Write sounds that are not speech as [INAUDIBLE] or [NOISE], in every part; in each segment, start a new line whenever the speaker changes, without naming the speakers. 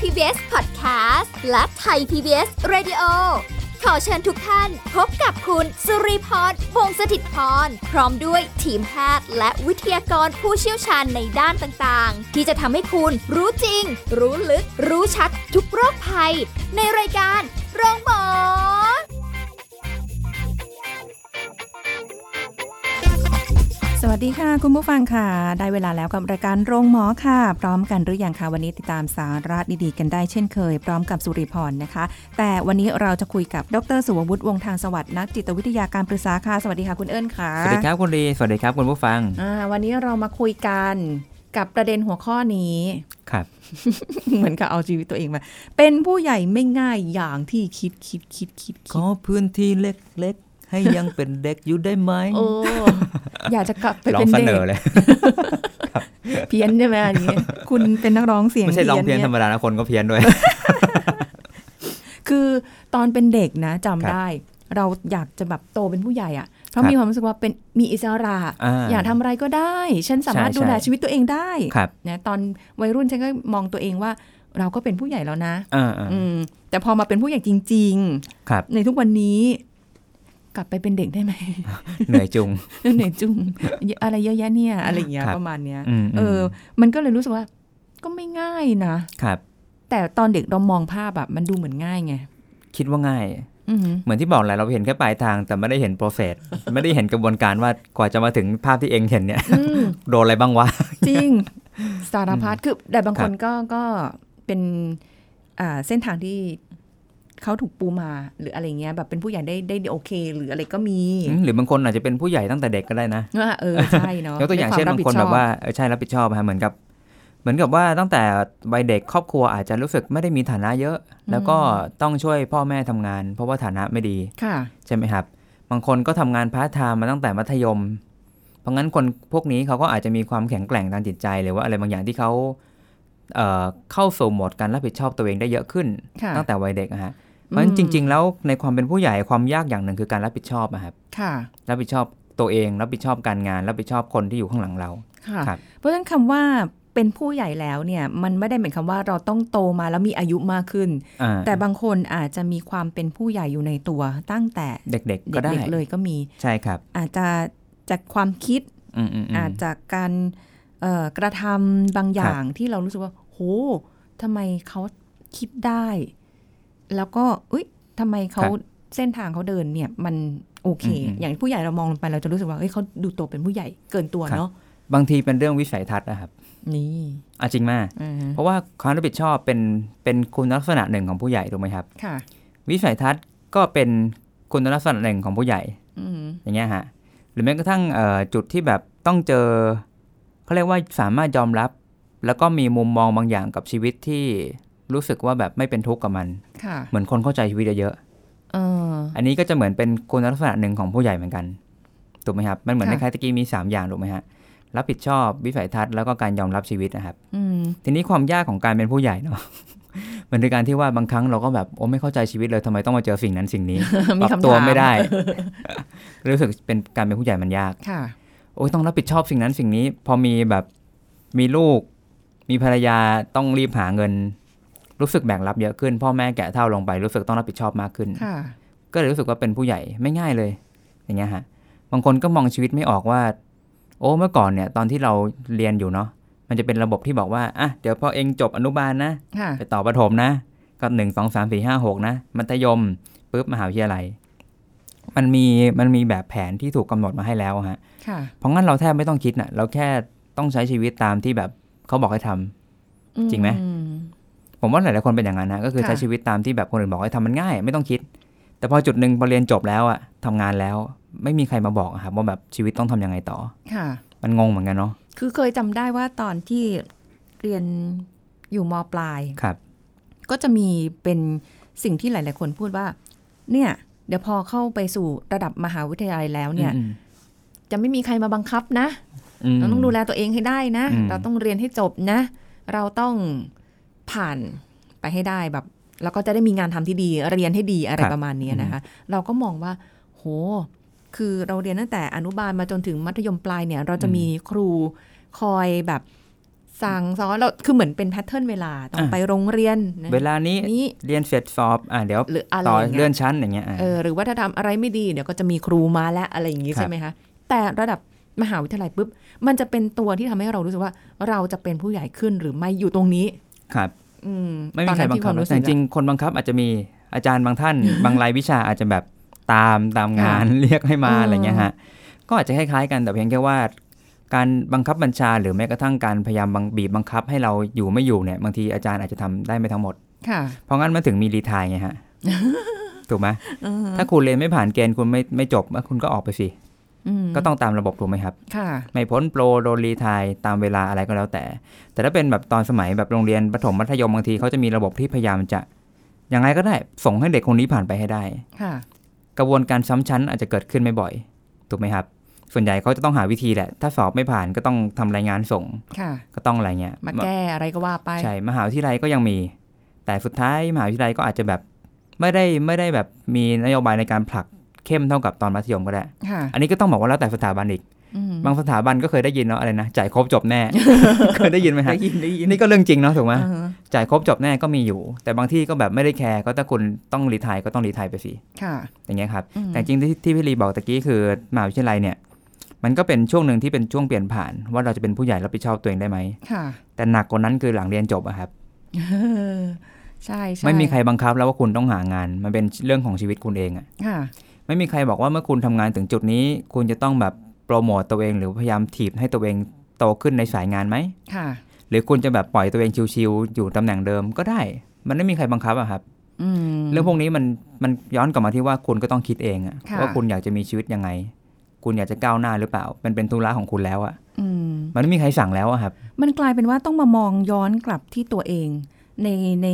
PBS Podcast และไทย PBS Radio ขอเชิญทุกท่านพบกับคุณสุริพรวงศสถิตพร พร้อมด้วยทีมแพทย์และวิทยากรผู้เชี่ยวชาญในด้านต่างๆ ที่จะทำให้คุณรู้จริง รู้ลึก รู้ชัดทุกโรคภัย ในรายการโรงพยาบาล
สวัสดีค่ะ คุณผู้ฟังค่ะ ได้เวลาแล้วกับรายการโรงหมอค่ะ พร้อมกันหรือยังคะวันนี้ติดตามสาระดีๆกันได้เช่นเคย พร้อมกับสุริพรนะคะ แต่วันนี้เราจะคุยกับดรสุวัตวงศ์ทางสวัสดิ์นักจิตวิทยาการปรึกษาค่ะ สวัสดีค่ะคุณเอิญค่ะ
สวัสดีครับคุณลีสวัสดีครับคุณผู้ฟัง
อ่าวันนี้เรามาคุยกันกับประเด็นหัวข้อนี้ [LAUGHS]
ครับ
เหมือนกับเอาชีวิตตัวเองมา เป็นผู้ใหญ่ไม่ง่ายอย่างที่คิดคิดคิดคิด
ข
คิด
อพื้นที่เล็กๆ ให้ยังเป็นเด็กอยู่ได้ไหม
โอ้อยากจะกลับไป
ลอ
เป็
ง
น
เส
เด็
น
ก
อเลย
เพี้ยนใช่ไหมอันนี้คุณเป็นนักร้องเสียง
ไม่ใช่ลองเพี้ยน
นี่
ธรรมดานะคนก็เพี้ยนด้วย
คือตอนเป็นเด็กนะจำ
ครับ
ได้ เราอยากจะแบบโตเป็นผู้ใหญ่อะเพราะ
ครับ
มีความรู้สึกว่าเป็นมีอิสระ
อ่า
อยากทำอะไรก็ได้ ฉันสามารถ
ใช่
ดูแล
ใช่
ชีวิตตัวเองได้
ครับ
นะตอนวัยรุ่นฉันก็มองตัวเองว่า เราก็เป็นผู้ใหญ่แล้วนะ
อ่า
อืมแต่พอมาเป็นผู้ใหญ่จริง
ๆครับ
ๆ ในทุกวันนี้ กลับไปเป็นเด็กได้
[LAUGHS]
ไหม
เหนื่อยจุง
เหนื่อยจุงอะไรเยอะแยะเนี่ย อะไรอย่างเงี้ย
ครับ
ประมาณเนี้ย
อืมๆ
เออ มันก็เลยรู้สึกว่า ก็ไม่ง่ายนะครับ แต่ตอนเด็กเรามองภาพแบบมันดูเหมือนง่ายไง
คิดว่าง่าย
อือหือ
เหมือนที่บอกแหละเราเห็นแค่ปลายทางแต่ไม่ได้เห็นโปรเซสไม่ได้เห็นกระบวนการว่ากว่าจะมาถึงภาพที่เองเห็นเนี่ย
อืม
โดนอะไรบ้างวะ
จ
[LAUGHS]
ริง สารพัดคือแต่บางคนก็ก็เป็นอ่าเส้นทางที่เขาถูกปูมาหรืออะไรเงี้ย แบบเป็นผู้ใหญ่ได้ได้โอเค หรืออะไรก็มี
หรือบางคนอาจจะเป็นผู้ใหญ่ตั้งแต่เด็กก็ได้นะ
ว่าเออ ใช่เนาะ
ยกตัวอย่างเช่นบางคนแบบว่าเออใช่รับผิดชอบฮะเหมือนกับ เหมือนกับว่าตั้งแต่วัยเด็กครอบครัวอาจจะรู้สึกไม่ได้มีฐานะเยอะ แล้วก็ต้องช่วยพ่อแม่ทำงาน เพราะว่าฐานะไม่ดี
ค่ะ
ใช่ไหมครับ บางคนก็ทำงานพาร์ทไทม์มาตั้งแต่มัธยม เพราะงั้นคนพวกนี้เขาก็อาจจะมีความแข็งแกร่งทางจิตใจหรือว่าอะไรบางอย่างที่เขาเอ่อเข้าสู่โหมดการรับผิดชอบตัวเองได้เยอะขึ้น
ค่ะ
ตั้งแต่วัยเด็กอะฮะเพราะฉะนั้นจริง ๆ แล้วในความเป็นผู้ใหญ่ความยากอย่างหนึ่งคือการรับผิดชอบอะครับ
ค่ะ
รับผิดชอบตัวเอง รับผิดชอบการงาน รับผิดชอบคนที่อยู่ข้างหลังเรา
ค่ะ
ครับ
เพราะฉะนั้นคำว่าเป็นผู้ใหญ่แล้วเนี่ย มันไม่ได้หมายความว่าเราต้องโตมาแล้วมีอายุมากขึ้น
อ่า
แต่บางคนอาจจะมีความเป็นผู้ใหญ่อยู่ในตัวตั้งแต่
เด็กๆ
เ
ก็ได้
ด็กๆเลยก็มี
ใช่ครับ
อาจจะจากความคิด
อืมอืมอืม
อาจจากการเอ่อกระทำบางอย่า
ครั
ง
บ
ที่เรารู้สึกว่า โหทำไมเขาคิดได้ แล้วก็เอ้ยทำไมเขาเส้นทางเขาเดินเนี่ย มันโอเค อย่างผู้ใหญ่เรามองลงไปเราจะรู้สึกว่าเอ้ยเขาดูโตเป็นผู้ใหญ่เกินตัวเนาะ
บางทีเป็นเรื่องวิสัยทัศน์นะครับ
นี่
อ่ะจริงมาก
อ่าฮะ
เพราะว่าความรับผิดชอบเป็นเป็นคุณลักษณะหนึ่งของผู้ใหญ่ถูกไหมครับ
ค่ะ
วิสัยทัศน์ก็เป็นคุณลักษณะหนึ่งของผู้ใหญ่
อืม
อย่างเงี้ยฮะ หรือแม้กระทั่งเอ่อจุดที่แบบต้องเจอเขาเรียกว่าสามารถยอมรับ แล้วก็มีมุมมองบางอย่างกับชีวิตที่รู้สึกว่าแบบไม่เป็นทุกข์กับมัน
ค่ะ
เหมือนคนเข้าใจชีวิตเยอะ
เออ
ๆอันนี้ก็จะเหมือนเป็นคุณลักษณะหนึ่งของผู้ใหญ่เหมือนกันถูกไหมครับ มันเหมือนใน
ค่ะ
คล้ายๆตะกี้มีสามอย่างถูกไหมฮะรับผิดชอบวิสัยทัศน์แล้วก็การยอมรับชีวิตนะครับ
อืม [LAUGHS]
ทีนี้ความยากของการเป็นผู้ใหญ่เนาะ [LAUGHS] มันคือการที่ว่าบางครั้งเราก็แบบโอ้ไม่เข้าใจชีวิตเลยทำไมต้องมาเจอสิ่งนั้นสิ่งนี้ ป
[LAUGHS] มี
รั
คำถาม
ตัว
[LAUGHS]
ไม่ได้ รู้สึกเป็นการเป็นผู้ใหญ่มันยาก
ค่ะ
โอ้ยต้องรับผิดชอบสิ่งนั้นสิ่งนี้ พอมีแบบมีลูก มีภรรยาต้องรีบหาเงิน รู้สึกแบกรับเยอะขึ้น พ่อแม่แก่เท่าลงไป รู้สึกต้องรับผิดชอบมากขึ้น
ค่ะ
ก็เลยรู้สึกว่าเป็นผู้ใหญ่ไม่ง่ายเลย อย่างเงี้ยฮะบางคนก็มองชีวิตไม่ออกว่า โอ้เมื่อก่อนเนี่ย ตอนที่เราเรียนอยู่เนาะมันจะเป็นระบบที่บอกว่าอ่ะเดี๋ยวพอเองจบอนุบาลนะ
ค่ะ
ไปต่อประถมนะ ก็หนึ่งสองสามสี่ห้าหกนะ มัธยมปุ๊บมหาวิทยาลัย มันมีมันมีแบบแผนที่ถูกกำหนดมาให้แล้วฮะ
ค่ะ
เพราะงั้นเราแทบไม่ต้องคิดนะ่ะ เราแค่ต้องใช้ชีวิตตามที่แบบเขาบอกให้ทำ จริงไหม
อื
ผมว่าหลายๆคนเป็นอย่างนั้นนะก็คือ
ค่ะ
ใช้ชีวิตตามที่แบบคนอื่นบอกให้ทำมันง่าย ไม่ต้องคิด แต่พอจุดหนึ่งพอเรียนจบแล้วอะทำงานแล้ว ไม่มีใครมาบอกอะครับว่าแบบชีวิตต้องทำยังไงต่อ
ค่ะ
มันงงเหมือนกันเนาะ
คือเคยจำได้ว่าตอนที่เรียนอยู่มปลาย
ครับ
ก็จะมีเป็นสิ่งที่หลาย ๆ คนพูดว่า เนี่ย เดี๋ยวพอเข้าไปสู่ระดับมหาวิทยาลัยแล้วเนี่ย
อืม
จะไม่มีใครมาบังคับนะ
ม
เราต้องดูแลตัวเองให้ได้นะ
อืม
เราต้องเรียนให้จบนะ เราต้องผ่านไปให้ได้แบบ แล้วก็จะได้มีงานทำที่ดี เรียนให้ดีอะไรประมาณเนี้ยนะคะ เราก็มองว่า โห คือเราเรียนตั้งแต่อนุบาลมาจนถึงมัธยมปลายเนี่ย เราจะมีครูคอยแบบ สั่งสอนเราคือเหมือนเป็นแพทเทิร์นเวลาต้องไปโรงเรียนนะ
เวลานี้
นี้
เรียนเสร็จสอบอ่ะเดี๋ยว
หรืออะไร
ต่อ
อย่าง
เลื่
เงี้
อย นชั้นอย่างเงี้ยอ่ะ
เออหรือว่าถ้าทำอะไรไม่ดีเดี๋ยวก็จะมีครูมาและอะไรอย่างงี้
ครับ
ใช่ไหมคะแต่ระดับมหาวิทยาลัยปุ๊บมันจะเป็นตัวที่ทำให้เรารู้สึกว่าเราจะเป็นผู้ใหญ่ขึ้นหรือไม่อยู่ตรงนี้
ครับ
อืม
ไม่มีใครบัง
ต
คับ
อนนั้นที่วารู้สึ
แต่
ก
จ
อะ
ริงๆคนบังคับอาจจะมีอาจารย์บางท่าน บางรายวิชาอาจจะแบบตามตามงาน เรียกให้มา
เอออ
อะไรเงี้ยฮะก็อาจจะคล้ายๆกันแต่เพียงแค่ว่า การบังคับบัญชาหรือแม้กระทั่งการพยายามบังบีบบังคับให้เราอยู่ไม่อยู่เนี่ยบางทีอาจารย์อาจจะทำได้ไม่ทั้งหมด
ค่ะ
เพราะงั้นมันถึงมีรีไทายไง
[LAUGHS]
ฮะ ถูกไหมถ้าคุณเรียนไม่ผ่านเกณฑ์คุณไม่ไม่จบอ่ะคุณก็ออกไปสิ
อืม
ก็ต้องตามระบบถูกไหมครับ
ค่ะ
ไม่พ้นโปรโดนรีไทายตามเวลาอะไรก็แล้วแต่ แต่ถ้าเป็นแบบตอนสมัยแบบโรงเรียนประถมมัธยมบางทีเขาจะมีระบบที่พยายามจะยังไงก็ได้ส่งให้เด็กคนนี้ผ่านไปให้ได้
ค่ะ
กระบวนการซ้ำชั้นอาจจะเกิดขึ้นไม่บ่อยถูกไหมครับ ส่วนใหญ่เขาจะต้องหาวิธีแหละ ถ้าสอบไม่ผ่านก็ต้องทำรายงานส่ง
ค่ะ
ก็ต้องอะไรเงี้ย
มาแก้อะไรก็ว่าไป
ใช่มหาวิทยาลัยก็ยังมี แต่สุดท้ายมหาวิทยาลัยก็อาจจะแบบไม่ได้ไม่ได้แบบมีนโยบายในการผลักเข้มเท่ากับตอนมัธยมก็ได้
ค่ะ
อันนี้ก็ต้องบอกว่าแล้วแต่สถาบันอีก
อืม
บางสถาบันก็เคยได้ยินเนาะอะไรนะจ่ายครบจบ
[LAUGHS]
แน่ เคยได้ยินไหมฮะ
ได้ยินได้ยิน
นี่ก็เรื่องจริงเนาะถูกไหม
อ่าฮะ
จ่ายครบจบแน่ก็มีอยู่ แต่บางที่ก็แบบไม่ได้แคร์ก็ถ้าคุณต้องรีไทายก็ต้องรีไทายไปสิ
ค่ะ
อย่างเงี้ยครับ
อืม
แต่จริงที่ที่พี่ลีบอกตะกี้คือมหาวิทยาลัยเนี่ยมันก็เป็นช่วงหนึ่งที่เป็นช่วงเปลี่ยนผ่าน ว่าเราจะเป็นผู้ใหญ่รับผิดชอบตัวเองได้ไหม
ค่ะ [LAUGHS]
แต่หนักกว่านั้นคือหลังเรียนจบอะครับ
เออใช่ใช่
ไม่มีใครบังคับแล้วว่าคุณต้องหางาน มันเป็นเรื่องของชีวิตคุณเองอะ
ค่ะ
ไม่มีใครบอกว่าเมื่อคุณทำงานถึงจุดนี้ คุณจะต้องแบบโปรโมตตัวเองหรือพยายามถีบให้ตัวเองโตขึ้นในสายงานไหม
ค่ะ
หรือคุณจะแบบปล่อยตัวเองชิวๆอยู่ตำแหน่งเดิมก็ได้ มันไม่มีใครบังคับอะครับ
อืม
เรื่องพวกนี้มันมันย้อนกลับมาที่ว่าคุณก็ต้องคิดเองอะ
ค่ะ
ว่าคุณอยากจะมีชีวิตยังไง คุณอยากจะก้าวหน้าหรือเปล่า มันเป็นธุระของคุณแล้วอะ
อืม
มันไม่มีใครสั่งแล้วอะครับ
มันกลายเป็นว่าต้องมามองย้อนกลับที่ตัวเอง ในใน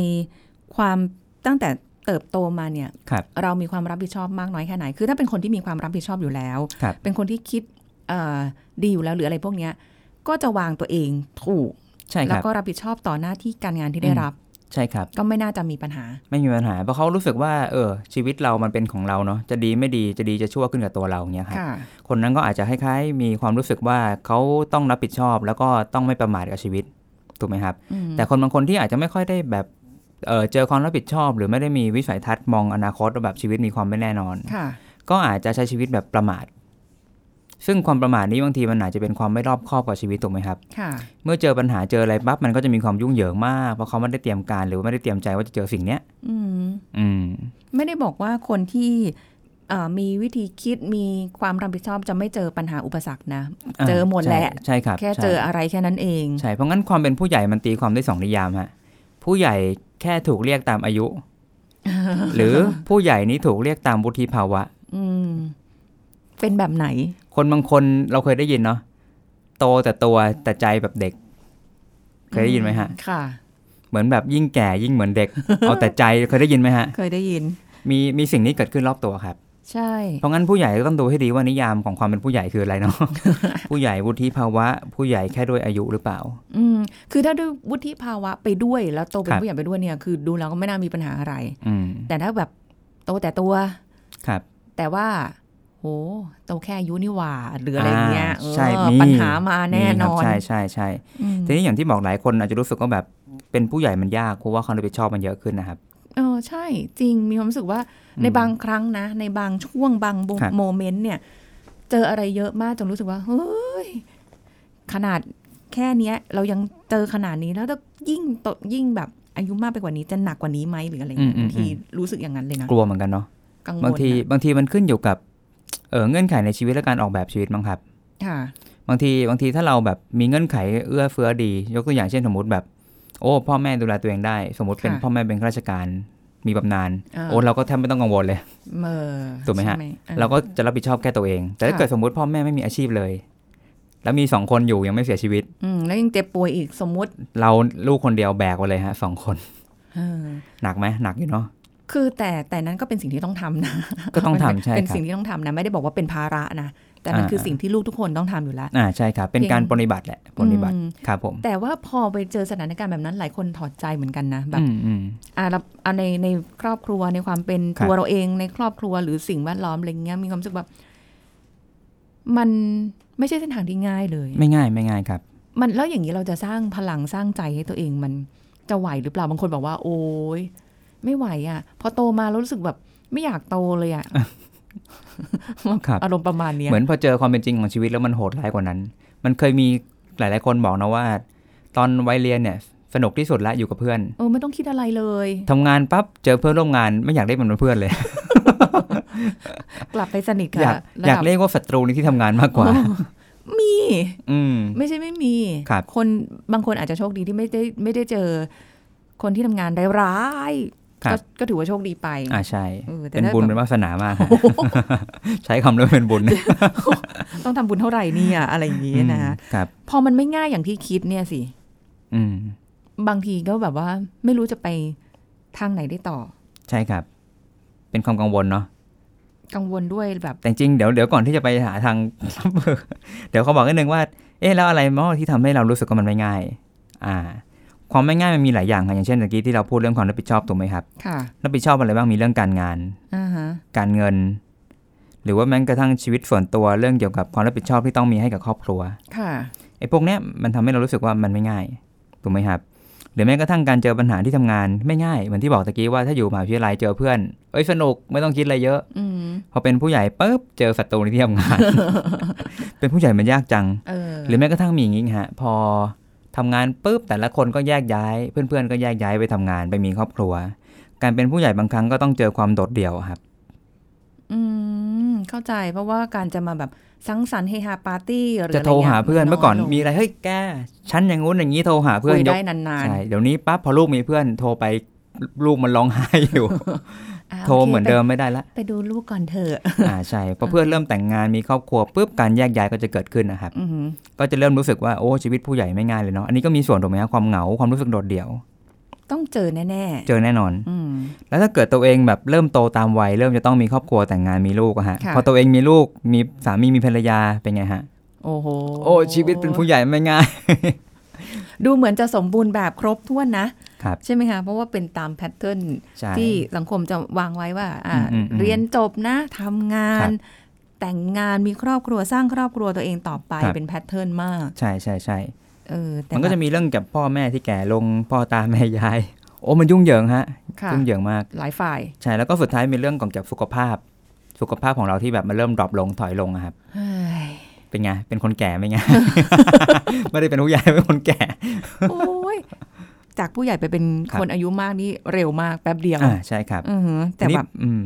ความตั้งแต่เติบโตมาเนี่ย
ครับ
เรามีความรับผิดชอบมากน้อยแค่ไหน คือถ้าเป็นคนที่มีความรับผิดชอบอยู่แล้ว
ครับ
เป็นคนที่คิดเอ่อดีอยู่แล้วหรืออะไรพวกเนี้ย ก็จะวางตัวเองถูก
ใช่ค
แล้ว
รับ
ก็รับผิดชอบต่อหน้าที่การงานที่ได้
อืม
รับ
ใช่ครับ
ก็ไม่น่าจะมีปัญหา
ไม่มีปัญหาเพราะเขารู้สึกว่าเออชีวิตเรามันเป็นของเราเนาะจะดีไม่ดีจะดีจะชั่วขึ้นกับตัวเราอย่างเงี้ยครับ
ค่ะ
คนนั้นก็อาจจะคล้ายๆ มีความรู้สึกว่าเขาต้องรับผิดชอบ แล้วก็ต้องไม่ประมาทกับชีวิตถูกไหมครับ
อืม
แต่คนบางคนที่อาจจะไม่ค่อยได้แบบเอ่อเจอความรับผิดชอบ หรือไม่ได้มีวิสัยทัศน์มองอนาคตว่าแบบชีวิตมีความไม่แน่นอน
ค่ะ
ก็อาจจะใช้ชีวิตแบบประมาท ซึ่งความประมาทนี้บางทีมันอาจจะเป็นความไม่รอบคอบกับชีวิตถูกไหมครับ
ค่ะ
เมื่อเจอปัญหาเจออะไรปั๊บมันก็จะมีความยุ่งเหยิงมากเพราะเขาไม่ได้เตรียมการหรือไม่ได้เตรียมใจว่าจะเจอสิ่งเนี้ย
อืม
อืม
ไม่ได้บอกว่าคนที่เอ่อมีวิธีคิดมีความรับผิดชอบจะไม่เจอปัญหาอุปสรรคนะ
อ่า
เจอหมดแหละ
ใช่ใช่ครับ
แค่
ใช่
เจออะไรแค่นั้นเอง
ใช่เพราะงั้นความเป็นผู้ใหญ่มันตีความได้สองนิยามฮะผู้ใหญ่แค่ถูกเรียกตามอายุ หรือผู้ใหญ่นี้ถูกเรียกตามวุฒิภาวะ
อืม เป็นแบบไหน
คนบางคนเราเคยได้ยินเนาะโตแต่ตัวแต่ใจแบบเด็ก เคยได้ยินไหมฮะ
ค่ะ
เหมือนแบบยิ่งแก่ยิ่งเหมือน
[LAUGHS]
เด็ก เอาแต่ใจเคยได้ยินไหมฮะ
เคยได้ยิน
มีมีสิ่งนี้เกิดขึ้นรอบตัวครับ
ใช่
เพราะงั้นผู้ใหญ่ก็ต้องดูให้ดีว่านิยามของความเป็นผู้ใหญ่คืออะไรเนาะ
[LAUGHS]
ผู้ใหญ่วุฒิภาวะ ผู้ใหญ่แค่ด้วยอายุหรือเปล่า
อืม คือถ้าด้วยวุฒิภาวะไปด้วยแล้วโตเป็
คน รับ
ผู้ใหญ่ไปด้วยเนี่ย คือดูแล้วก็ไม่น่ามีปัญหาอะไร
อืม
แต่ถ้าแบบโตแต่ตัว
ครับ
แต่ว่า โห โตแค่อายุนี่หว่าหรืออะไรอย่างเงี้ย
อ่าใช่
เออ
มี
ปัญหามาแน่นอน
มีครับใช่ใช่ใช่
อืม
ทีนี้อย่างที่บอกหลายคนอาจจะรู้สึกว่าแบบเป็นผู้ใหญ่มันยากเพราะว่าความรับผิดชอบมันเยอะขึ้นนะครับ
เออใช่จริงมีความรู้สึกว่า
อืม
ในบางครั้งนะ ในบางช่วงบางโม
ครับ
โมเมนต์เนี่ย เจออะไรเยอะมากจนรู้สึกว่า เฮ้ย ขนาดแค่เนี้ย เรายังเจอขนาดนี้แล้วถ้ายิ่งโตยิ่งแบบอายุมากไปกว่านี้จะหนักกว่านี้ไหมหรืออะไรเงี้ยบางทีรู้สึกอย่างนั้นเลยนะ
กลัวเหมือนกันเนาะ
กังวล
บางที
อะ
บางทีมันขึ้นอยู่กับเออเงื่อนไขในชีวิตและการออกแบบชีวิตมั้งครับ
ค่ะ
บางทีบางทีถ้าเราแบบมีเงื่อนไขเอื้อเฟื้อดี ยกตัวอย่างเช่นสมมติแบบ โอ้พ่อแม่ดูแลตัวเองได้ สมมติเป็น
ค่ะ
พ่อแม่เป็นข้าราชการมีบำนาญ
อ่า
โอ้เราก็แทบไม่ต้องกังวลเลย
เมอ
ถูกไหมฮะ
ใช่ออ
เราก็จะรับผิดชอบแค่ตัวเอง แต่ถ้า
ค่ะ
เกิดสมมติพ่อแม่ไม่มีอาชีพเลย แล้วมีสองคนอยู่ยังไม่เสียชีวิต
อืมแล้วยังเจ็บป่วยอีกสมมติ
เราลูกคนเดียวแบกไปเลยฮะสองคน
เออ
หนักไหมหนักอยู่เนาะ
คือแต่แต่นั้นก็เป็นสิ่งที่ต้องทำนะ
ก็ต้องทำ
มันเป็น
ใช่ครับ
เป็นสิ่งที่ต้องทำนะ ไม่ได้บอกว่าเป็นภาระนะ แต่มัน
อ่า
คือสิ่งที่ลูกทุกคนต้องทำอยู่แล้ว
อ่าใช่ครับ เป็นการ
เพียง
ปฏิบัติแหละปฏิบัติ
อืม
ครับผม
แต่ว่าพอไปเจอสถานการณ์แบบนั้นหลายคนถอดใจเหมือนกันนะแบบ
อืมอืม
อ่าเราเอาในในครอบครัวในความเป็น
ครับ
ตัวเราเองในครอบครัวหรือสิ่งแวดล้อมอะไรเงี้ยมีความรู้สึกแบบมันไม่ใช่เส้นทางที่ง่ายเลย
ไม่ง่ายไม่ง่ายครับ
มันแล้วอย่างนี้เราจะสร้างพลังสร้างใจให้ตัวเองมันจะไหวหรือเปล่าบางคนบอกว่า โอ๊ยไม่ไหวอะ่ะ พอโตมาแล้วรู้สึกแบบไม่อยากโตเลยอะ่ะ
ครับ
อารมณ์ประมาณเนี้ย
เหมือนพอเจอความเป็นจริงของชีวิตแล้วมันโหดร้ายกว่านั้น มันเคยมีหลาย ๆ คนบอกนะว่า ตอนวัยเรียนเนี่ยสนุกที่สุดละอยู่กับเพื่อน
เออไม่ต้องคิดอะไรเลย
ทำงานปั๊บเจอเพื่อนร่วมงานไม่อยากได้มันเป็นเพื่อนเลย
กลับไปส [LAUGHS] นิทกับ
อยาก
ระ
อยาก
ดับ
เรียกว่าศัตรูในที่ทำงานมากกว่า
มี
[LAUGHS] อืม
ไม่ใช่ไม่มี
ครับ
นบางคนอาจจะโชคดีที่ไม่ได้ไม่ได้เจอ คนที่ทำงานร้ายๆ
ครับ
ก็ก็ถือว่าโชคดีไป
อ่าใช่
เออแต่
เป็น
ถ้า
บุญ
แบบ
เป็นวาสนามากฮะ [LAUGHS] ใช้คำเลยเป็นบุญ
ต้องทำบุญเท่าไหร่
[LAUGHS]
เนี่ยอะไรอย่างนี้นะ
อืมครับ
พอมันไม่ง่ายอย่างที่คิดเนี่ยสิ
อืม
บางทีก็แบบว่าไม่รู้จะไปทางไหนได้ต่อ
ใช่ครับ เป็นความกังวลเนาะ
กังวลด้วยแบบ
แต่จริงๆเดี๋ยวเดี๋ยวก่อนที่จะไปหาทาง รับมือ [LAUGHS] เดี๋ยวเขาบอกนิดนึงว่า เอ๊ะแล้วอะไรมั่งที่ทำให้เรารู้สึกว่ามันไม่ง่าย อ่า ความไม่ง่ายมันมีหลายอย่างค่ะอย่างเช่นเมื่อกี้ที่เราพูดเรื่องความรับผิดชอบถูกไหมครับ
ค่ะ
รับผิดชอบอะไรบ้างมีเรื่องการงาน
อ่าฮะ
การเงิน หรือว่าแม้กระทั่งชีวิตส่วนตัวเรื่องเกี่ยวกับความรับผิดชอบที่ต้องมีให้กับครอบครัว
ค่ะ
ไอ้พวกเนี้ยมันทำให้เรารู้สึกว่ามันไม่ง่ายถูกไหมครับ หรือแม้กระทั่งการเจอปัญหาที่ทำงานไม่ง่ายเหมือนที่บอกตะกี้ว่าถ้าอยู่มหาวิทยาลัยเจอเพื่อนเอ้ยสนุกไม่ต้องคิดอะไรเยอะ
อืม
พอเป็นผู้ใหญ่ปุ๊บเจอศัตรูในที่ทำงาน
[LAUGHS]
เป็นผู้ใหญ่มันยากจัง
เออ
หรือแม้กระทั่งมีอย่างนี้ฮะ พอทำงานปุ๊บแต่ละคนก็แยกย้าย เพื่อนๆก็แยกย้ายไปทำงานไปมีครอบครัว การเป็นผู้ใหญ่บางครั้งก็ต้องเจอความโดดเดี่ยวครับ
อืม เข้าใจเพราะว่าการจะมาแบบสังสรรค์เฮฮาปาร์ตี้หรือ
จะโทรหาเพื่อนเมื่อก่อนมี
มี
อะไรเฮ้ยแกฉันอย่างงู้นอย่างนี้โทรหาเพื่อน
คุย
ยก
ได้นาน
ใช่เดี๋ยวนี้ปั๊บพอลูกมีเพื่อนโทรไปลูกมันร้องไห้อยู่
ๆอ่า
โทร
โค
เหมือน
ไป
เดิมไม่ได้
[LAUGHS]
ละ
ไปดูลูกก่อนเถอะ
อ่าใช่พอเพื่อนเริ่มแต่งงานมีครอบครัวปุ๊บการแยกย้ายก็จะเกิดขึ้นนะครับ
อือหือ
ก็จะเริ่มรู้สึกว่าโอ้ชีวิตผู้ใหญ่ไม่ง่ายเลยเนาะอันนี้ก็มีส่วนถูกไหมฮะความเหงาความรู้สึกโดดเดี่ยว
ต้องเจอแน่
เจอแน่นอน
ๆ อืม
แล้วถ้าเกิดตัวเองแบบเริ่มโตตามวัยเริ่มจะต้องมีครอบครัวแต่งงานมีลูกอะฮะ
ค่ะ
พอตัวเองมีลูกมีสามีมีภรรยาเป็นไงฮะ
โอ้โห
โอ้ชีวิตเป็นผู้ใหญ่ไม่ง่าย
ดูเหมือนจะสมบูรณ์แบบครบถ้วนนะ
ครับ
ใช่ไหมคะ เพราะว่าเป็นตามแพทเทิร์น
ใช่
ที่สังคมจะวางไว้ว่าอ่า
อืมอืมอืม
เรียนจบนะทำงา
ครั
น
บ
แต่งงานมีครอบครัวสร้างครอบครัวตัวเองต่อไป
ครับ
เป็นแพทเทิร์นมาก
ใช่ใช่ใช่
เออแต่
มันก็จะมีเรื่องกับพ่อแม่ที่แก่ลงพ่อตาแม่ยาย โอ้มันยุ่งเหยิงฮะ
ค่ะ
ยุ่งเหยิงมาก
หลายฝ่าย
ใช่แล้วก็สุดท้ายมีเรื่องของเกี่ยวกับสุขภาพ สุขภาพของเราที่แบบมันเริ่มดรอปลงถอยลงอะครับ
เฮ้ย
เป็นไงเป็นคนแก่ไม่ไง [LAUGHS] ไม่ได้เป็นผู้ใหญ่ [LAUGHS] เป็นคนแก่
โอ้ยจากผู้ใหญ่ไปเป็น
ครับ
คนอายุมากนี่เร็วมากแป๊บเดียว
อ่าใช่ครับ
อือหือแต่
ทีนี้
แบบ
อืม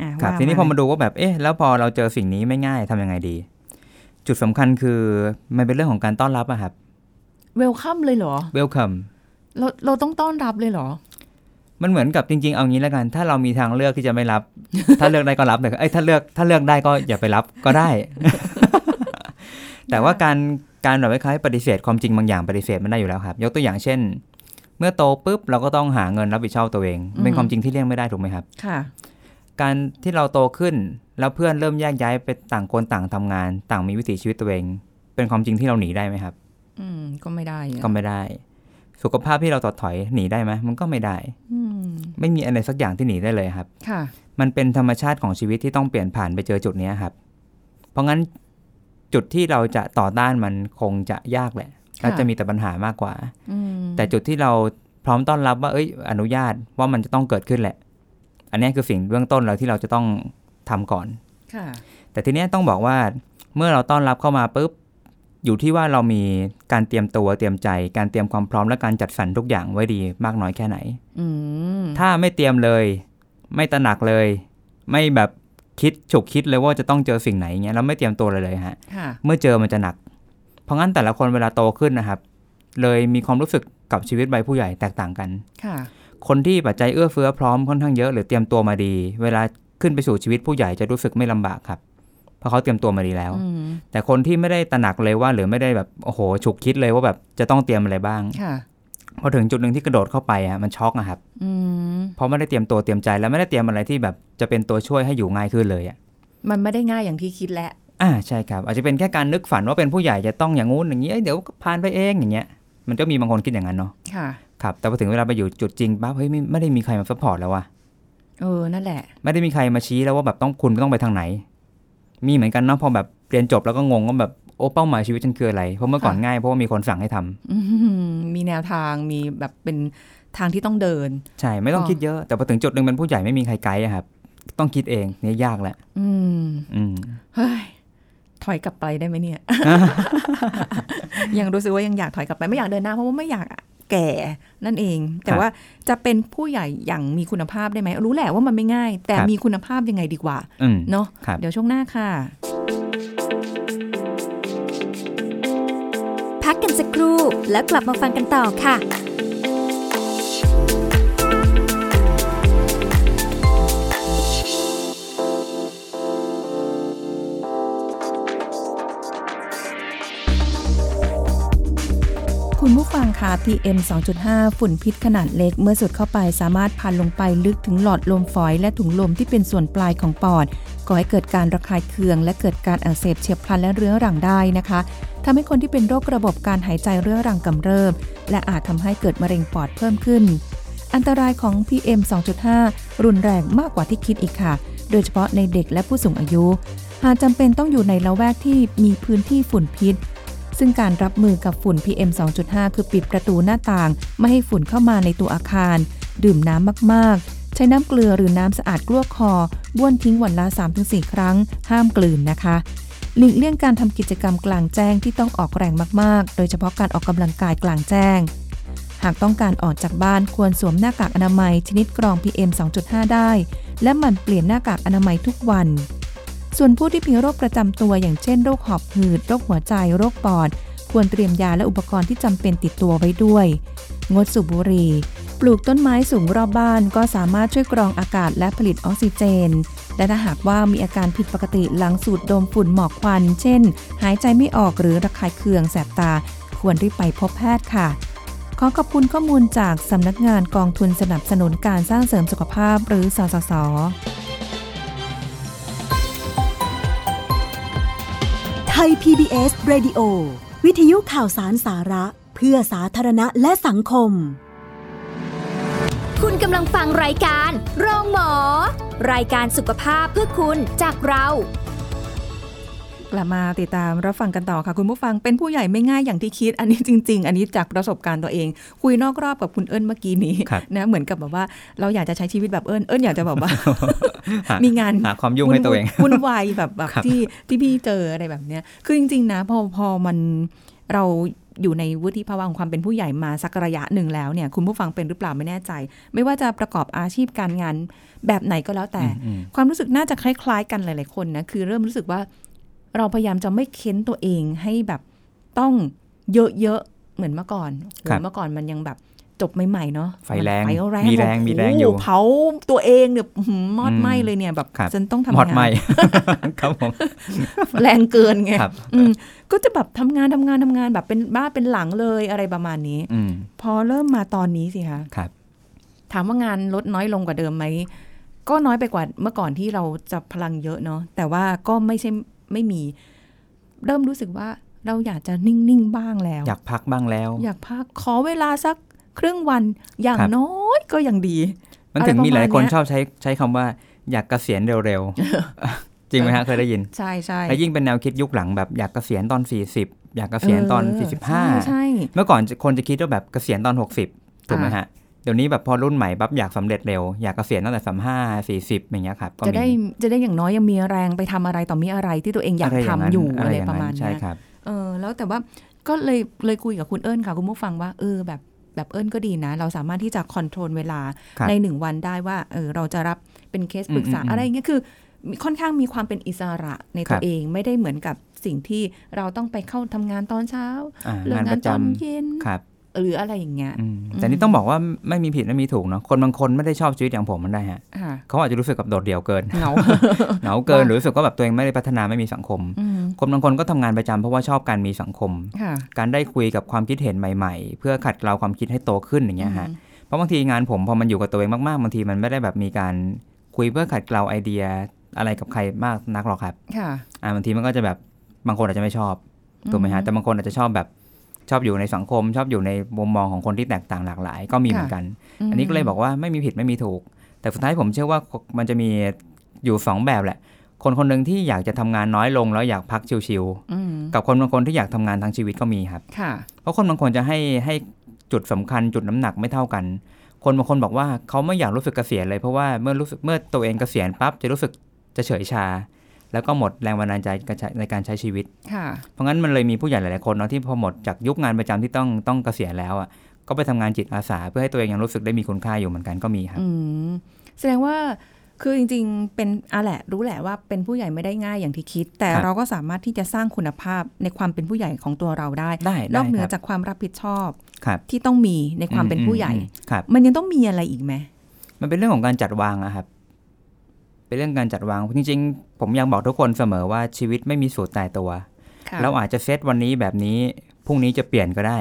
อ่ะ
ครับ
ว่
ทีนี้พอ
มา
มาดูว่าแบบเอ๊ะแล้วพอเราเจอสิ่งนี้ไม่ง่ายทำยังไงดี จุดสำคัญคือมันเป็นเรื่องของการต้อนรับอะครับ
เวลคัมเลยเหรอ
welcome
เราเราต้องต้อนรับเลยเหรอ
มันเหมือนกับจริง ๆ เอางี้แล้วกัน ถ้าเรามีทางเลือกที่จะไม่รับ [LAUGHS] ถ้าเลือกได้ก็รับแต่เอ้ยถ้าเลือกถ้าเลือกได้ก็อย่าไปรับก็ได้ [LAUGHS] แต่ว่าการการแบบคล้ายๆปฏิเสธความจริงบางอย่างปฏิเสธมันได้อยู่แล้วครับ ยกตัวอย่างเช่น เมื่อโตปุ๊บเราก็ต้องหาเงินรับผิดชอบตัวเองเป็นความจริงที่เลี่ยงไม่ได้ถูกไหมครับ
ค่ะ
การที่เราโตขึ้นแล้วเพื่อนเริ่มแยกย้ายไปต่างคนต่างทำงาน ต่างมีวิถีชีวิตตัวเอง เป็นความจริงที่เราหนีได้ไหมครับ
อืมก็ไม่ได้อะ
ก็ไม่ได้ สุขภาพที่เราถอดถอยหนีได้ไหมมันก็ไม่ได้
อืม
ไม่มีอะไรสักอย่างที่หนีได้เลยครับ
ค่ะ
มันเป็นธรรมชาติของชีวิตที่ต้องเปลี่ยนผ่านไปเจอจุดเนี้ยครับ เพราะงั้นจุดที่เราจะต่อต้านมันคงจะยากแหละและจะมีแต่ปัญหามากกว่า
อืม
แต่จุดที่เราพร้อมต้อนรับว่าเอ้ย อนุญาตว่ามันจะต้องเกิดขึ้นแหละ อันเนี้ยคือสิ่งเบื้องต้นเราที่เราจะต้องทำก่อน
ค่ะ
แต่ทีเนี้ยต้องบอกว่าเมื่อเราต้อนรับเข้ามาปุ๊บ อยู่ที่ว่าเรามีการเตรียมตัวเตรียมใจ การเตรียมความพร้อมและการจัดสรรทุกอย่างไว้ดีมากน้อยแค่ไหน
อืม
ถ้าไม่เตรียมเลย ไม่ตระหนักเลย ไม่แบบคิดฉุกคิดเลยว่าจะต้องเจอสิ่งไหนเงี้ยเราไม่เตรียมตัวเลยเลยฮะ
ค่ะ
เมื่อเจอมันจะหนัก เพราะงั้นแต่ละคนเวลาโตขึ้นนะครับ เลยมีความรู้สึกกับชีวิตใบผู้ใหญ่แตกต่างกัน
ค่ะ
คนที่ปัจจัยเอื้อเฟื้อพร้อมค่อนข้างเยอะหรือเตรียมตัวมาดี เวลาขึ้นไปสู่ชีวิตผู้ใหญ่จะรู้สึกไม่ลำบากครับ เพราะเขาเตรียมตัวมาดีแล้ว
อืม
แต่คนที่ไม่ได้ตระหนักเลยว่า หรือไม่ได้แบบโอ้โหฉุกคิดเลยว่าแบบจะต้องเตรียมอะไรบ้าง
ค่ะ
พอถึงจุดหนึ่งที่กระโดดเข้าไปอะมันช็อกอะครับ
อืม
เพราะไม่ได้เตรียมตัวเตรียมใจและไม่ได้เตรียมอะไรที่แบบจะเป็นตัวช่วยให้อยู่ง่ายขึ้นเลยอะ
มันไม่ได้ง่ายอย่างที่คิดแหละ
อ่าใช่ครับ อาจจะเป็นแค่การนึกฝันว่าเป็นผู้ใหญ่จะต้องอย่างงู้นอย่างนี้เอ้ยเดี๋ยวก็ผ่านไปเองอย่างเงี้ยมันก็มีบางคนคิดอย่างนั้นเนาะ
ค่ะ
ครับแต่พอถึงเวลาไปอยู่จุดจริงปั๊บเฮ้ยไม่ไม่ได้มีใครมาซัพพอร์ตแล้วอะ
เออ นั่นแหละ
ไม่ได้มีใครมาชี้แล้วว่าแบบต้องคุณต้องไปทางไหน มีเหมือนกันเนาะพอแบบเรียนจบแล้วก็งงว่าแบบ โอ้เป้าหมายชีวิตฉันคืออะไร เพราะเมื่อก่อน
ค่ะ
ง่ายเพราะว่ามีคนสั่งให้ทำ
อืมมีแนวทางมีแบบเป็นทางที่ต้องเดิน
ใช่ไม่ต้อง
อ๋อ
คิดเยอะ แต่พอถึงจุดหนึ่งเป็นผู้ใหญ่ไม่มีใครไกด์อะครับ ต้องคิดเองเนี่ยยากแหละ
อืม
อืม
เฮ้ยถอยกลับไปได้ไหมเนี่ย ยังรู้สึกว่ายังอยากถอยกลับไปไม่อยากเดินหน้าเพราะว่าไม่อยากแก่นั่นเอง แต่
ครับ
ว่าจะเป็นผู้ใหญ่อย่างมีคุณภาพได้ไหมรู้แหละว่ามันไม่ง่าย แต่
ครับ
มีคุณภาพยังไงดีกว่า
อืม
เนาะ
ครับ
เดี๋ยวช่วงหน้าค่ะ
พักกันสักครู่แล้วกลับมาฟังกันต่อค่ะ
คุณผู้ฟังคะ PM 2.5 ฝุ่นพิษขนาดเล็ก เมื่อสูดเข้าไปสามารถพันลงไปลึกถึงหลอดลมฝอย และถุงลมที่เป็นส่วนปลายของปอด ก่อให้เกิดการระคายเคือง และเกิดการอักเสบเฉียบพลันและเรื้อรังได้นะคะทำให้คนที่เป็นโรคระบบการหายใจเรื้อรังกำเริบ และอาจทำให้เกิดมะเร็งปอดเพิ่มขึ้น อันตรายของ PM 2.5 รุนแรงมากกว่าที่คิดอีกค่ะ โดยเฉพาะในเด็กและผู้สูงอายุ หากจำเป็นต้องอยู่ในละแวกที่มีพื้นที่ฝุ่นพิษ ซึ่งการรับมือกับฝุ่น PM 2.5 คือปิดประตูหน้าต่าง ไม่ให้ฝุ่นเข้ามาในตัวอาคาร ดื่มน้ำมาก ๆ ใช้น้ำเกลือหรือน้ำสะอาดกลัวคอ บ้วนทิ้งวันละ 3-4 ครั้ง ห้ามกลืนนะคะ หลีกเลี่ยงการทำกิจกรรมกลางแจ้งที่ต้องออกแรงมาก ๆ โดยเฉพาะการออกกำลังกายกลางแจ้ง หากต้องการออกจากบ้านควรสวมหน้ากากอนามัย ชนิดกรอง PM 2.5 ได้ และหมันเปลี่ยนหน้ากากอนามัยทุกวัน ส่วนผู้ที่มีโรคประจำตัวอย่างเช่นโรคหอบหืด โรคหัวใจ โรคปอด ควรเตรียมยาและอุปกรณ์ที่จำเป็นติดตัวไว้ด้วย งดสูบบุหรี่ ปลูกต้นไม้สูงรอบบ้านก็สามารถช่วยกรองอากาศและผลิตออกซิเจน และถ้าหากว่ามีอาการผิดปกติหลังสูดดมฝุ่นหมอกควัน เช่น หายใจไม่ออกหรือระคายเคืองแสบตา ควรรีบไปพบแพทย์ค่ะ ขอขอบคุณข้อมูลจากสำนักงานกองทุนสนับสนุนการสร้างเสริมสุขภาพหรือสสส
ไทย PBS Radio วิทยุข่าวสารสาระ เพื่อสาธารณะและสังคม
คุณกำลังฟังรายการโรงหมอ รายการสุขภาพเพื่อคุณจากเรา
กลับมาติดตามรับฟังกันต่อค่ะ คุณผู้ฟังเป็นผู้ใหญ่ไม่ง่ายอย่างที่คิด อันนี้จริง ๆ อันนี้จากประสบการณ์ตัวเอง คุยนอกรอบกับคุณเอิญเมื่อกี้นี้
ครับ
นะเหมือนกับแบบว่าเราอยากจะใช้ชีวิตแบบเอิญเอิญอยากจะแบบว่า
[LAUGHS]
มีงาน
หาความยุ่งให้ตัวเอง
วุ่นวุ่นวายแบบแบบ
ครับ
ที่ที่พี่เจออะไรแบบเนี้ย คือจริง ๆ นะพอพอมันเราอยู่ในวุฒิภาวะของความเป็นผู้ใหญ่มาสักระยะหนึ่งแล้วเนี่ยคุณผู้ฟังเป็นหรือเปล่าไม่แน่ใจ ไม่ว่าจะประกอบอาชีพการงานแบบไหนก็แล้วแต่
อืมอืม
ความรู้สึกน่าจะคล้ายๆ กันหลาย ๆ คนนะคือเริ่มรู้สึกว่า เราพยายามจะไม่เค้นตัวเองให้แบบต้องเยอะๆเหมือนเมื่อก่อนโห
ครับ
เมื่อก่อนมันยังแบบจบใหม่ๆเนาะ
ไฟแรง
ไฟแรง
มีแรงมีแรง
โโห
อยู่
เผาตัวเองเนี่ยอื้อหือมอด
อืม
ไหมเลยเนี่ยแบบ
ครับ
ฉันต้องทำ
หมด
งาน
ใหม่ [LAUGHS] ครับผม
แรงเกินไง
ครับ
อืมก็จะแบบทำงานทำงานทำงานแบบเป็นบ้าเป็นหลังเลยอะไรประมาณนี้
อืม
พอเริ่มมาตอนนี้สิคะ
ครับ
ถามว่างานลดน้อยลงกว่าเดิมไหม ก็น้อยไปกว่าเมื่อก่อนที่เราจะพลังเยอะเนาะแต่ว่าก็ไม่ใช่ไม่มี เริ่มรู้สึกว่าเราอยากจะนิ่ง ๆ บ้างแล้ว
อยากพักบ้างแล้ว
อยากพักขอเวลาสักครึ่งวันอย่าง
ครับ
น้อยก็ยังดี
มันถึง
อะไรประมาณ
มีหลายคน
เนี้ย
ชอบใช้ใช้คำว่าอยากเกษียณเร็วๆ [LAUGHS] จริงไหมฮะเคยได้ยิน
ใช่ใช่
และยิ่งเป็นแนวคิดยุคหลังแบบอยากเกษียณตอน 40 อยากเกษียณตอน
เใช่
45
ใช่
เมื่อก่อนคนจะคิดว่าแบบเกษียณตอน 60 ถูกไหมฮะ เดี๋ยวนี้แบบพอรุ่นใหม่ปั๊บอยากสำเร็จเร็ว อยากเกษียณตั้งแต่สามห้าสี่สิบอย่างเงี้ยครับก็
จะ
มี
ได้จะได้อย่างน้อยยังมีแรงไปทำอะไรต่อมีอะไรที่ตัวเองอยากทำอยู่อะไร
าง
ประมา
นั้น
ณ
ใช่
เนี้ย
ครับ
เออแล้วแต่ว่าก็เลยเลยคุยกับคุณเอิญค่ะคุณผู้ฟังว่าเออแบบแบบเอิญก็ดีนะ เราสามารถที่จะคอนโทรลเวลา
ครับ
ในหนึ่งวันได้ว่าเออเราจะรับเป็นเคส
อืม
ปรึกษา
อืมอืม
อะไรอย่างเงี้ยคือมีค่อนข้างมีความเป็นอิสระใน
ค
ตั
รั
ว
บ
เองไม่ได้เหมือนกับสิ่งที่เราต้องไปเข้าทำงานตอนเช้า
อ่า
เลิก
งาน
งา
ป
น
ระ
ต
จำ
อนเย็น
ครับ
หรืออะไรอย่างเงี้ย
อืม
อืม
แต่นี่ต้องบอกว่าไม่มีผิดไม่มีถูกเนาะคนบางคนไม่ได้ชอบชีวิตอย่างผมมันได้ฮะ
ค่ะ
เขาอาจจะรู้สึกกับโดดเดี่ยวเกิน [LAUGHS]
เหงา
เหงาเกินหรือรู้สึกว่าแบบตัวเองไม่ได้พัฒนาไม่มีสังคม
อืม
คนบางคนก็ทำงานประจำเพราะว่าชอบการมีสังคม
ค่ะ
การได้คุยกับความคิดเห็นใหม่ๆ เพื่อขัดเกลาความคิดให้โตขึ้นอย่างเงี้ยฮะ เพราะบางทีงานผมพอมันอยู่กับตัวเองมากๆบางทีมันไม่ได้แบบมีการคุยเพื่อขัดเกลาไอเดียอะไรกับใครมากนักหรอกครับ
ค่ะ
อ่าบางทีมันก็จะแบบบางคนอาจจะไม่ชอบถูกไหม
อือฮึ
ฮะแต่บางคนอาจจะชอบแบบชอบอยู่ในสังคม ชอบอยู่ในมุมมองของคนที่แตกต่างหลากหลาย ก็มี
ค่ะ
เหมือนกัน อันนี้ก็เลยบอกว่าไม่มีผิดไม่มีถูก แต่สุดท้ายผมเชื่อว่ามันจะมีอยู่สองแบบแหละ คนคนหนึ่งที่อยากจะทำงานน้อยลงแล้วอยากพักชิว
อืม
ๆ กับคนบางคนที่อยากทำงานทั้งชีวิตก็มีครับ
ค่ะ
เพราะคนบางคนจะให้ให้จุดสำคัญจุดน้ำหนักไม่เท่ากัน คนบางคนบอกว่าเขาไม่อยากรู้สึกเกษียณเลยเพราะว่าเมื่อรู้สึกเมื่อตัวเองเกษียณปั๊บจะรู้สึกจะเฉยชา แล้วก็หมดแรงบันดาลใจในการใช้ชีวิต
ค่ะ
เพราะงั้นมันเลยมีผู้ใหญ่หลายๆคนเนาะที่พอหมดจากยุคงานประจำที่ต้องต้องเกษียณแล้วอ่ะก็ไปทำงานจิตอาสา เพื่อให้ตัวเองยังรู้สึกได้มีคุณค่าอยู่เหมือนกันก็มีครับ
อืม แสดงว่า คือจริง ๆ เป็นอะแหละ รู้แหละว่าเป็นผู้ใหญ่ไม่ได้ง่ายอย่างที่คิด แต่
ครับ
เราก็สามารถที่จะสร้างคุณภาพในความเป็นผู้ใหญ่ของตัวเราได้
ได้
น
ได้
อกเหนื
ค
อ
รับ
จากความรับผิดชอบ
ครับ
ที่ต้องมีในความเป็นผู้ใหญ่
อืมอืมครับ
มันยังต้องมีอะไรอีกไหม
มันเป็นเรื่องของการจัดวางอะครับ เป็นเรื่องการจัดวาง จริงๆ ผมยังบอกทุกคนเสมอว่าชีวิตไม่มีสูตรตายตัว เราอาจจะเซตวันนี้แบบนี้ พรุ่งนี้จะเปลี่ยนก็ได้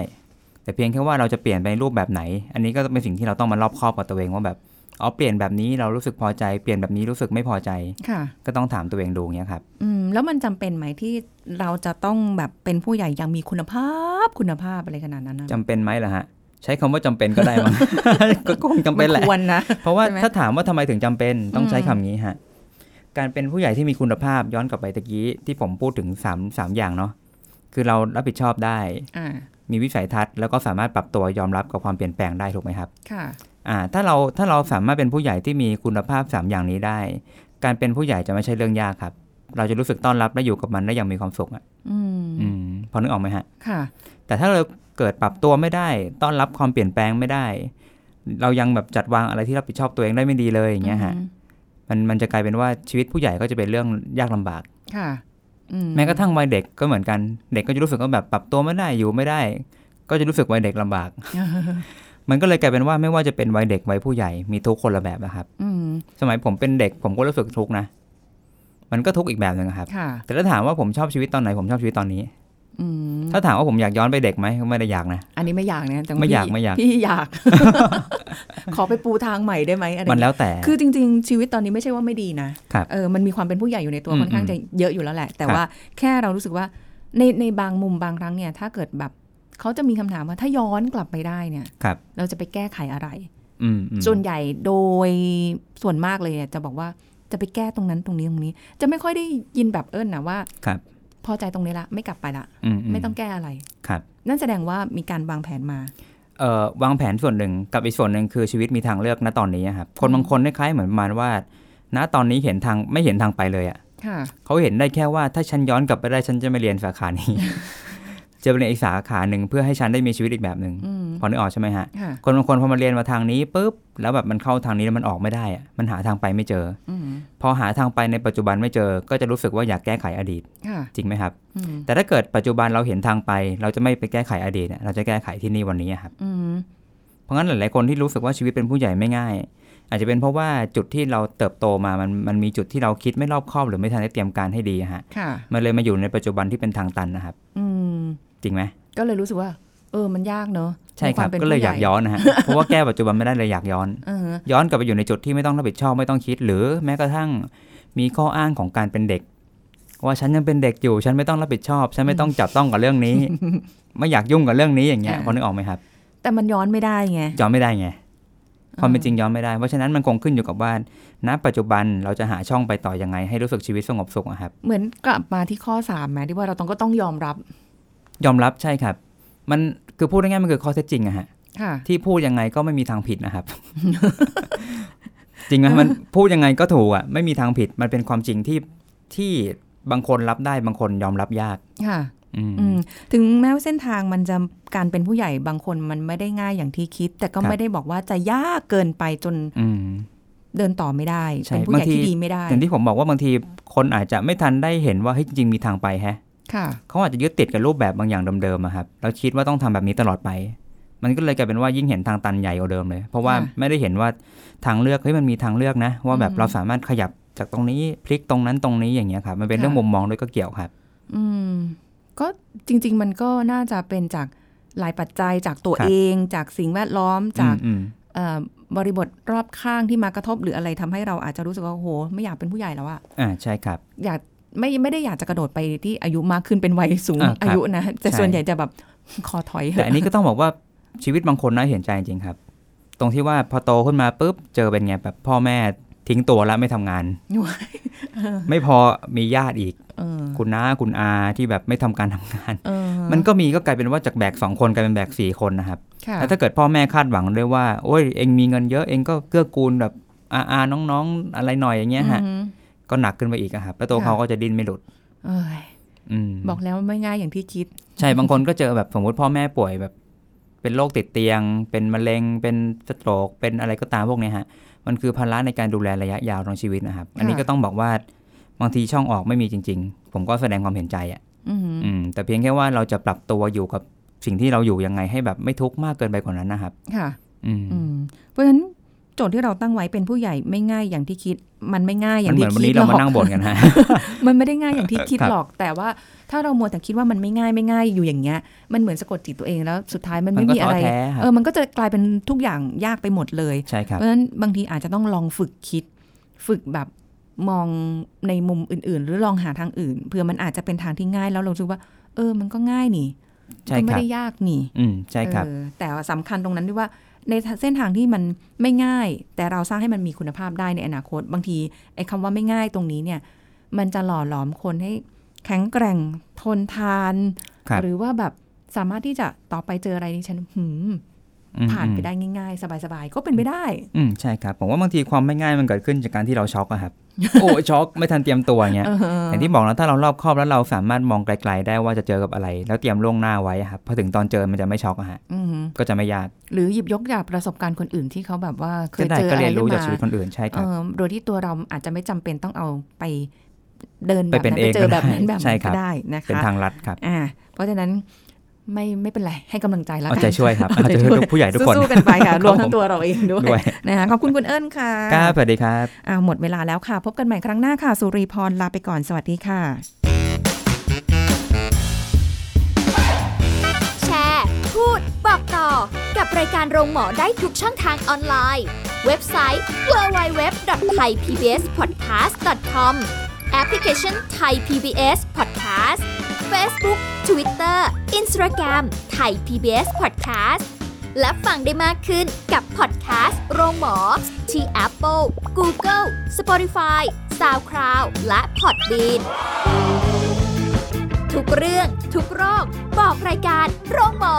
แต่เพียงแค่ว่าเราจะเปลี่ยนไปในรูปแบบไหน อันนี้ก็เป็นสิ่งที่เราต้องมารอบคอบกับตัวเองว่าแบบ อ๋อ เปลี่ยนแบบนี้เรารู้สึกพอใจ เปลี่ยนแบบนี้รู้สึกไม่พอใจ
ค่ะ
ก็ต้องถามตัวเองดูอย่างเงี้ยครับ
อืม แล้วมันจำเป็นไหมที่เราจะต้องแบบเป็นผู้ใหญ่อยังมีคุณภาพคุณภาพอะไรขนาดนั้นนะ
จำเป็นไหมล่ะฮะ ใช้คำว่าจำเป็นก็ได้
[LAUGHS]
มั้ง ก็คงจำเป็นแห
มั
ละ
ควรนะ
เพราะว่า
ใช่ไหม
ถ้าถามว่าทำไมถึงจำเป็นต้องใช้
อืม
คำนี้ฮะ การเป็นผู้ใหญ่ที่มีคุณภาพย้อนกลับไปตะกี้ที่ผมพูดถึง3ามสามอย่างเนาะคือเรารับผิดชอบได้
อ่า
มีวิสัยทัศน์แล้วก็สามารถปรับตัวยอมรับกับความเปลี่ยนแปลงได้ถูกไหมครับ
ค่ะ
อ่าถ้าเราถ้าเราสามารถเป็นผู้ใหญ่ที่มีคุณภาพ 3 อย่างนี้ได้ การเป็นผู้ใหญ่จะไม่ใช่เรื่องยากครับ เราจะรู้สึกต้อนรับและอยู่กับมันได้อย่างมีความสุขอ่ะ
อืม
อืมพอนึกออกไหมฮะ
ค่ะ
แต่ถ้าเราเกิดปรับตัวไม่ได้ ต้อนรับความเปลี่ยนแปลงไม่ได้ เรายังแบบจัดวางอะไรที่รับผิดชอบตัวเองได้ไม่ดีเลยอย่างเงี้ยฮะ มันมันจะกลายเป็นว่าชีวิตผู้ใหญ่ก็จะเป็นเรื่องยากลำบาก
ค่ะ อืม
แม้กระทั่งวัยเด็กก็เหมือนกัน เด็กก็จะรู้สึกว่าแบบปรับตัวไม่ได้อยู่ไม่ได้ ก็จะรู้สึกวัยเด็กลำบาก มันก็เลยกลายเป็นว่าไม่ว่าจะเป็นวัยเด็กวัยผู้ใหญ่มีทุกข์คนละแบบนะครับ
อืม
สมัยผมเป็นเด็กผมก็รู้สึกทุกข์นะ มันก็ทุกข์อีกแบบหนึ่งอะครับ
ค่ะ
แต่ถ้าถามว่าผมชอบชีวิตตอนไหนผมชอบชีวิตตอนนี้
อืม
ถ้าถามว่าผมอยากย้อนไปเด็กไหมก็ไม่ได้อยากนะ
อันนี้ไม่อยากนะแต่ว่
ไม่อยาก
พี่
ไม่อยาก
พี่อยาก
[LAUGHS]
ขอไปปูทางใหม่ได้ไหมอะไร
มันแล้วแต่
คือจริง ๆ ชีวิตตอนนี้ไม่ใช่ว่าไม่ดีนะครับ เออมันมีความเป็นผู้ใหญ่อยู่ในตัว
อืม
ค่อนข้างจะเยอะอยู่แล้วแหละ แต่
ครับ
ว่าแค่เรารู้สึกว่าในในบางมุมบางครั้งเนี่ย ถ้าเกิดแบบเขาจะมีคำถามว่าถ้าย้อนกลับไปได้เนี่ย
ครับ
เราจะไปแก้ไขอะไร
อืมอืม
ส่วนใหญ่โดยส่วนมากเลยอะจะบอกว่าจะไปแก้ตรงนั้นตรงนี้ตรงนี้ จะไม่ค่อยได้ยินแบบเอิญนะว่า
ครับ
พอใจตรงนี้ละไม่กลับไปละไม่ต้องแก้อะไร
ครับ
นั่นแสดงว่ามีการวางแผนมา
เอ่อวางแผนส่วนหนึ่งกับอีกส่วนหนึ่งคือชีวิตมีทางเลือกณตอนนี้อะครับคนบางคนคล้ายๆเหมือนประมาณว่า ณตอนนี้เห็นทางไม่เห็นทางไปเลยอะ่ะ
ค่ะ
เขาเห็นได้แค่ว่าถ้าฉันย้อนกลับไปได้ฉันจะไม่เรียนสาขานี้ [LAUGHS] จะไปเรียนอีกสาขาหนึ่งเพื่อให้ฉันได้มีชีวิตอีกแบบหนึ่ง
อืม
พอนึกออกใช่ไหมฮะ
ค่ะ
คนบางคนพอมาเรียนมาทางนี้ปุ๊บแล้วแบบมันเข้าทางนี้แล้วมันออกไม่ได้อะมันหาทางไปไม่เจอ
อืม
พอหาทางไปในปัจจุบันไม่เจอ ก็จะรู้สึกว่าอยากแก้ไขอดีต
ค่ะ
จริงไหมครับ
อืม
แต่ถ้าเกิดปัจจุบันเราเห็นทางไป เราจะไม่ไปแก้ไขอดีตอะเราจะแก้ไขที่นี่วันนี้อะครับ
อืม
เพราะงั้นหลายๆคนที่รู้สึกว่าชีวิตเป็นผู้ใหญ่ไม่ง่าย อาจจะเป็นเพราะว่าจุดที่เราเติบโตมามันมันมีจุดที่เราคิดไม่รอบคอบหรือไม่ทันได้เตรียมการให้ดีอะฮะ
ค่ะ
มันเลยมาอยู่ในปัจจุบันที่เป็นทางตันนะครับ
อืม
จริงไหม
ก็เลยรู้สึกว่า เออ มันยากเนอะ
ใช่ครับ
วมป็น
ก็เลย
ผู้
อ
ใหญ่
ยากย้อนนะฮะ [LAUGHS] เพราะว่าแก้ปัจจุบันไม่ได้เลยอยากย้อน
เออ
ย้อนกลับไปอยู่ในจุดที่ไม่ต้องรับผิดชอบไม่ต้องคิด หรือแม้กระทั่งมีข้ออ้างของการเป็นเด็ก ว่าฉันยังเป็นเด็กอยู่ฉันไม่ต้องรับผิดชอบ ฉันไม่ต้องจับต้องกับเรื่อง
[LAUGHS]
นี้ ไม่อยากยุ่งกับเรื่องนี้อย่างเงี้ย
อ่า
พอนึกออกไหมครับ
แต่มันย้อนไม่ได้ไง
ย้อนไม่ได้ไง
ออ
ความเป็นจริงย้อนไม่ได้ เพราะฉะนั้นมันคงขึ้นอยู่กับว่า ณ ปัจจุบันเราจะหาช่องไปต่อยังไง ให้รู้สึกชีวิตสงบสุขอะครับ
เหมือนกลับมาที่ข้อสามไหมที่ว่าเราต้องก็ต้องยอมรับ
ยอมรับใช่ครับ มันคือพูดง่ายๆมันคือข้อเท็จจริงอะฮะ
ค่ะ
ที่พูดยังไงก็ไม่มีทางผิดนะครับ [LAUGHS] จริงไหมมันพูดยังไงก็ถูกอะไม่มีทางผิด มันเป็นความจริงที่ที่บางคนรับได้บางคนยอมรับยาก
ค่ะ
อืม
อืม ถึงแม้ว่าเส้นทางมันจะการเป็นผู้ใหญ่บางคนมันไม่ได้ง่ายอย่างที่คิด แต่ก็
ครับ
ไม่ได้บอกว่าจะยากเกินไปจน
อืม
เดินต่อไม่ได้
ใช่
เป็นผู้ใหญ่
บางที
ที่ดีไม่ได้
อย่างที่ผมบอกว่าบางทีคนอาจจะไม่ทันได้เห็นว่าเฮ้ยจริงๆมีทางไปแฮะ
ค่ะ
เขาอาจจะยึดติดกับรูปแบบบางอย่างเดิมๆอะครับแล้วคิดว่าต้องทำแบบนี้ตลอดไป มันก็เลยกลายเป็นว่ายิ่งเห็นทางตันใหญ่กว่าเดิมเลย เพราะว่า
ค่ะ
ไม่ได้เห็นว่าทางเลือกเฮ้ยมันมีทางเลือกนะ ว่าแบบ
อืม
เราสามารถขยับจากตรงนี้พลิกตรงนั้นตรงนี้อย่างเงี้ยครับมันเป็นเรื่อง
ค่ะ
มุมมองด้วยก็เกี่ยวครับ
อืม ก็จริง ๆ มันก็น่าจะเป็นจากหลายปัจจัยจากตัว
ครับ
เองจากสิ่งแวดล้อมจาก
อืม
เอ่อบริบทรอบข้างที่มากระทบหรืออะไรทำให้เราอาจจะรู้สึกว่าโอ้โห ไม่อยากเป็นผู้ใหญ่แล้วอะ
ๆอ่าใช่ [LAUGHS] ครับ
อยากไม่ไม่ได้อยากจะกระโดดไปที่อายุมากขึ้นเป็นวัยสูง
อ่าครับ
อายุนะแต่
ใช่
ส่วนใหญ่จะแบบ [LAUGHS] ขอถอยเถ
แต่
อะ
อันนี้ก็ต้องบอกว่าชีวิตบางคนน่าเห็นใจจริงๆครับ ตรงที่ว่าพอโตขึ้นมาปุ๊บเจอ [LAUGHS] เป็นไงแบบพ่อแม่ทิ้งตัวแล้วไม่ทำงาน
หนู
ไม่พอมีญาติอีก
เออ
คุณน้าคุณอาที่แบบไม่ทำการทำงาน
เออ
มันก็มีก็กลายเป็นว่าจากแบกสองคนกลายเป็นแบกสี่คนนะครับ
ค่ะ
แล้วถ้าเกิดพ่อแม่คาดหวังด้วยว่า โอ้ยเองมีเงินเยอะเองก็เกื้อกูลแบบอาอาน้องๆ อะไรหน่อยอย่างเงี้ยฮะ
อืม
ก็หนักขึ้นไปอีกอะครับแล้วตัว
ค่ะ
เขาก็จะดิ้นไม่หลุด
เอ้ย
อืม
บอกแล้วไม่ง่ายอย่างที่คิด
ใช่ บางคนก็เจอแบบสมมติพ่อแม่ป่วยแบบ เป็นโรคติดเตียง เป็นมะเร็ง เป็นสโตรกเป็นอะไรก็ตามพวกเนี้ยฮะ มันคือภาระในการดูแลระยะยาวของชีวิตนะครับ อันนี้ก็ต้องบอกว่าบางทีช่องออกไม่มีจริง ๆ ผมก็แสดงความเห็นใจอะ
อือหือ
อืมแต่เพียงแค่ว่าเราจะปรับตัวอยู่กับสิ่งที่เราอยู่ยังไงให้แบบไม่ทุกข์มากเกินไปกว่านั้นนะครับ
ค่ะ
อืม
อืมเพราะฉะนั้นโจทย์ที่เราตั้งไว้เป็นผู้ใหญ่ไม่ง่ายอย่างที่คิด มันไม่ง่ายอ
มั
ย่าน ง
เห
ที่
มือนวัน
คิ
นี้
ดหร
เรา
อก
มานั่งบ่นกัน
[LAUGHS]
ฮะ
มันไม่ได้ง่ายอย่างที่คิด
ครับ
หรอก แต่ว่าถ้าเรามัวแต่คิดว่ามันไม่ง่ายไม่ง่ายอยู่อย่างเงี้ย มันเหมือนสะกดจิตตัวเองแล้วสุดท้ายมัน
มัน
ไม่
ก็
มีอะ
ท้อ
ไร
แท้ครับ
เออมันก็จะกลายเป็นทุกอย่างยากไปหมดเลย
ใช่ครับ
เพราะฉะนั้นบางทีอาจจะต้องลองฝึกคิด ฝึกแบบมองในมุมอื่น ๆ หรือลองหาทางอื่นเผื่อมันอาจจะเป็นทางที่ง่ายแล้วเรารู้สึกว่า เออ มันก็ง่ายนี่
ใช่
ก็
ค
ไม่
รับ
ได้ยากนี่
อืมใช่ครับ
เออแต่ว่าสำคัญตรงนั้นด้วยว่าในเส้นทางที่มันไม่ง่าย แต่เราสร้างให้มันมีคุณภาพได้ในอนาคต บางทีไอ้คำว่าไม่ง่ายตรงนี้เนี่ย มันจะหล่อหลอมคนให้แข็งแกร่งทนทาน
ครับ
หรือว่าแบบสามารถที่จะต่อไปเจออะไรนี่ฉันหืม
อืม
ผ่านไปได้ง่าย ๆ สบายๆ ก็เป็นไปได้
อืมใช่ครับ ผมว่าบางทีความไม่ง่ายมันเกิดขึ้นจากการที่เราช็อกอะ
[LAUGHS]
ครับ โอ้ยช็อกไม่ทันเตรียมตัวอย่างเงี้ย
เออ
อย่างที่บอกนะถ้าเรารอบคอบแล้วเราสามารถมองไกล ๆ ได้ว่าจะเจอกับอะไร แล้วเตรียมล่วงหน้าไว้อะครับพอถึงตอนเจอมันจะไม่ช็อกอะฮะ
อือหือ
ก็จะไม่ยาก
หรือหยิบยกจากประสบการณ์คนอื่นที่เขาแบบว่าเค
จะ
ย
ได้
เจอ
ก็
อะไร
เรียนรู้
ขึ้น
จาก
มา
ชีวิตคนอื่นใช่ค
เอ
รับ
อโดยที่ตัวเราอาจจะไม่จำเป็นต้องเอาไปเดินแบ
ไป
บ
เป็น
นั้น
เอ
ไปเจ
ง
อ
ก็ได้
แบบนั้นแบบ
ใช่
นั้น
ครั
ก็
บ
ได้นะคะ
เป็นทางลัดครับ
อ่าเพราะฉะนั้นไม่ไม่เป็นไรให้กำลังใจแล้ว
เอา
กัน
ใจช่วย
[LAUGHS]
ครับเอาใจช่วยทุกผู้ใหญ่ทุกคน
สู้ๆกันไปค่ะ รวม
ค
ทั้
รับผม
งตัวเราเองด้วย
ด้วย
นะคะขอบคุณคุณเอิญค่ะ
ครับสวัสดีครับ
อ่าหมดเวลาแล้วค่ะ พบกันใหม่ครั้งหน้าค่ะ สุริพรลาไปก่อนสวัสดีค่ะ
แชร์ พูด บอกต่อ กับรายการโรงหมอได้ทุกช่องทางออนไลน์ เว็บไซต์ www.thaipbspodcast.com แอปพลิเคชัน Thai PBS Podcast Facebook Twitter Instagram Thai PBS Podcast และฟังได้มากขึ้นกับพอดแคสต์โรงหมอ ที่ Apple, Google, Spotify, SoundCloud และ Podbean ทุกเรื่องทุกโรค บอกรายการโรงหมอ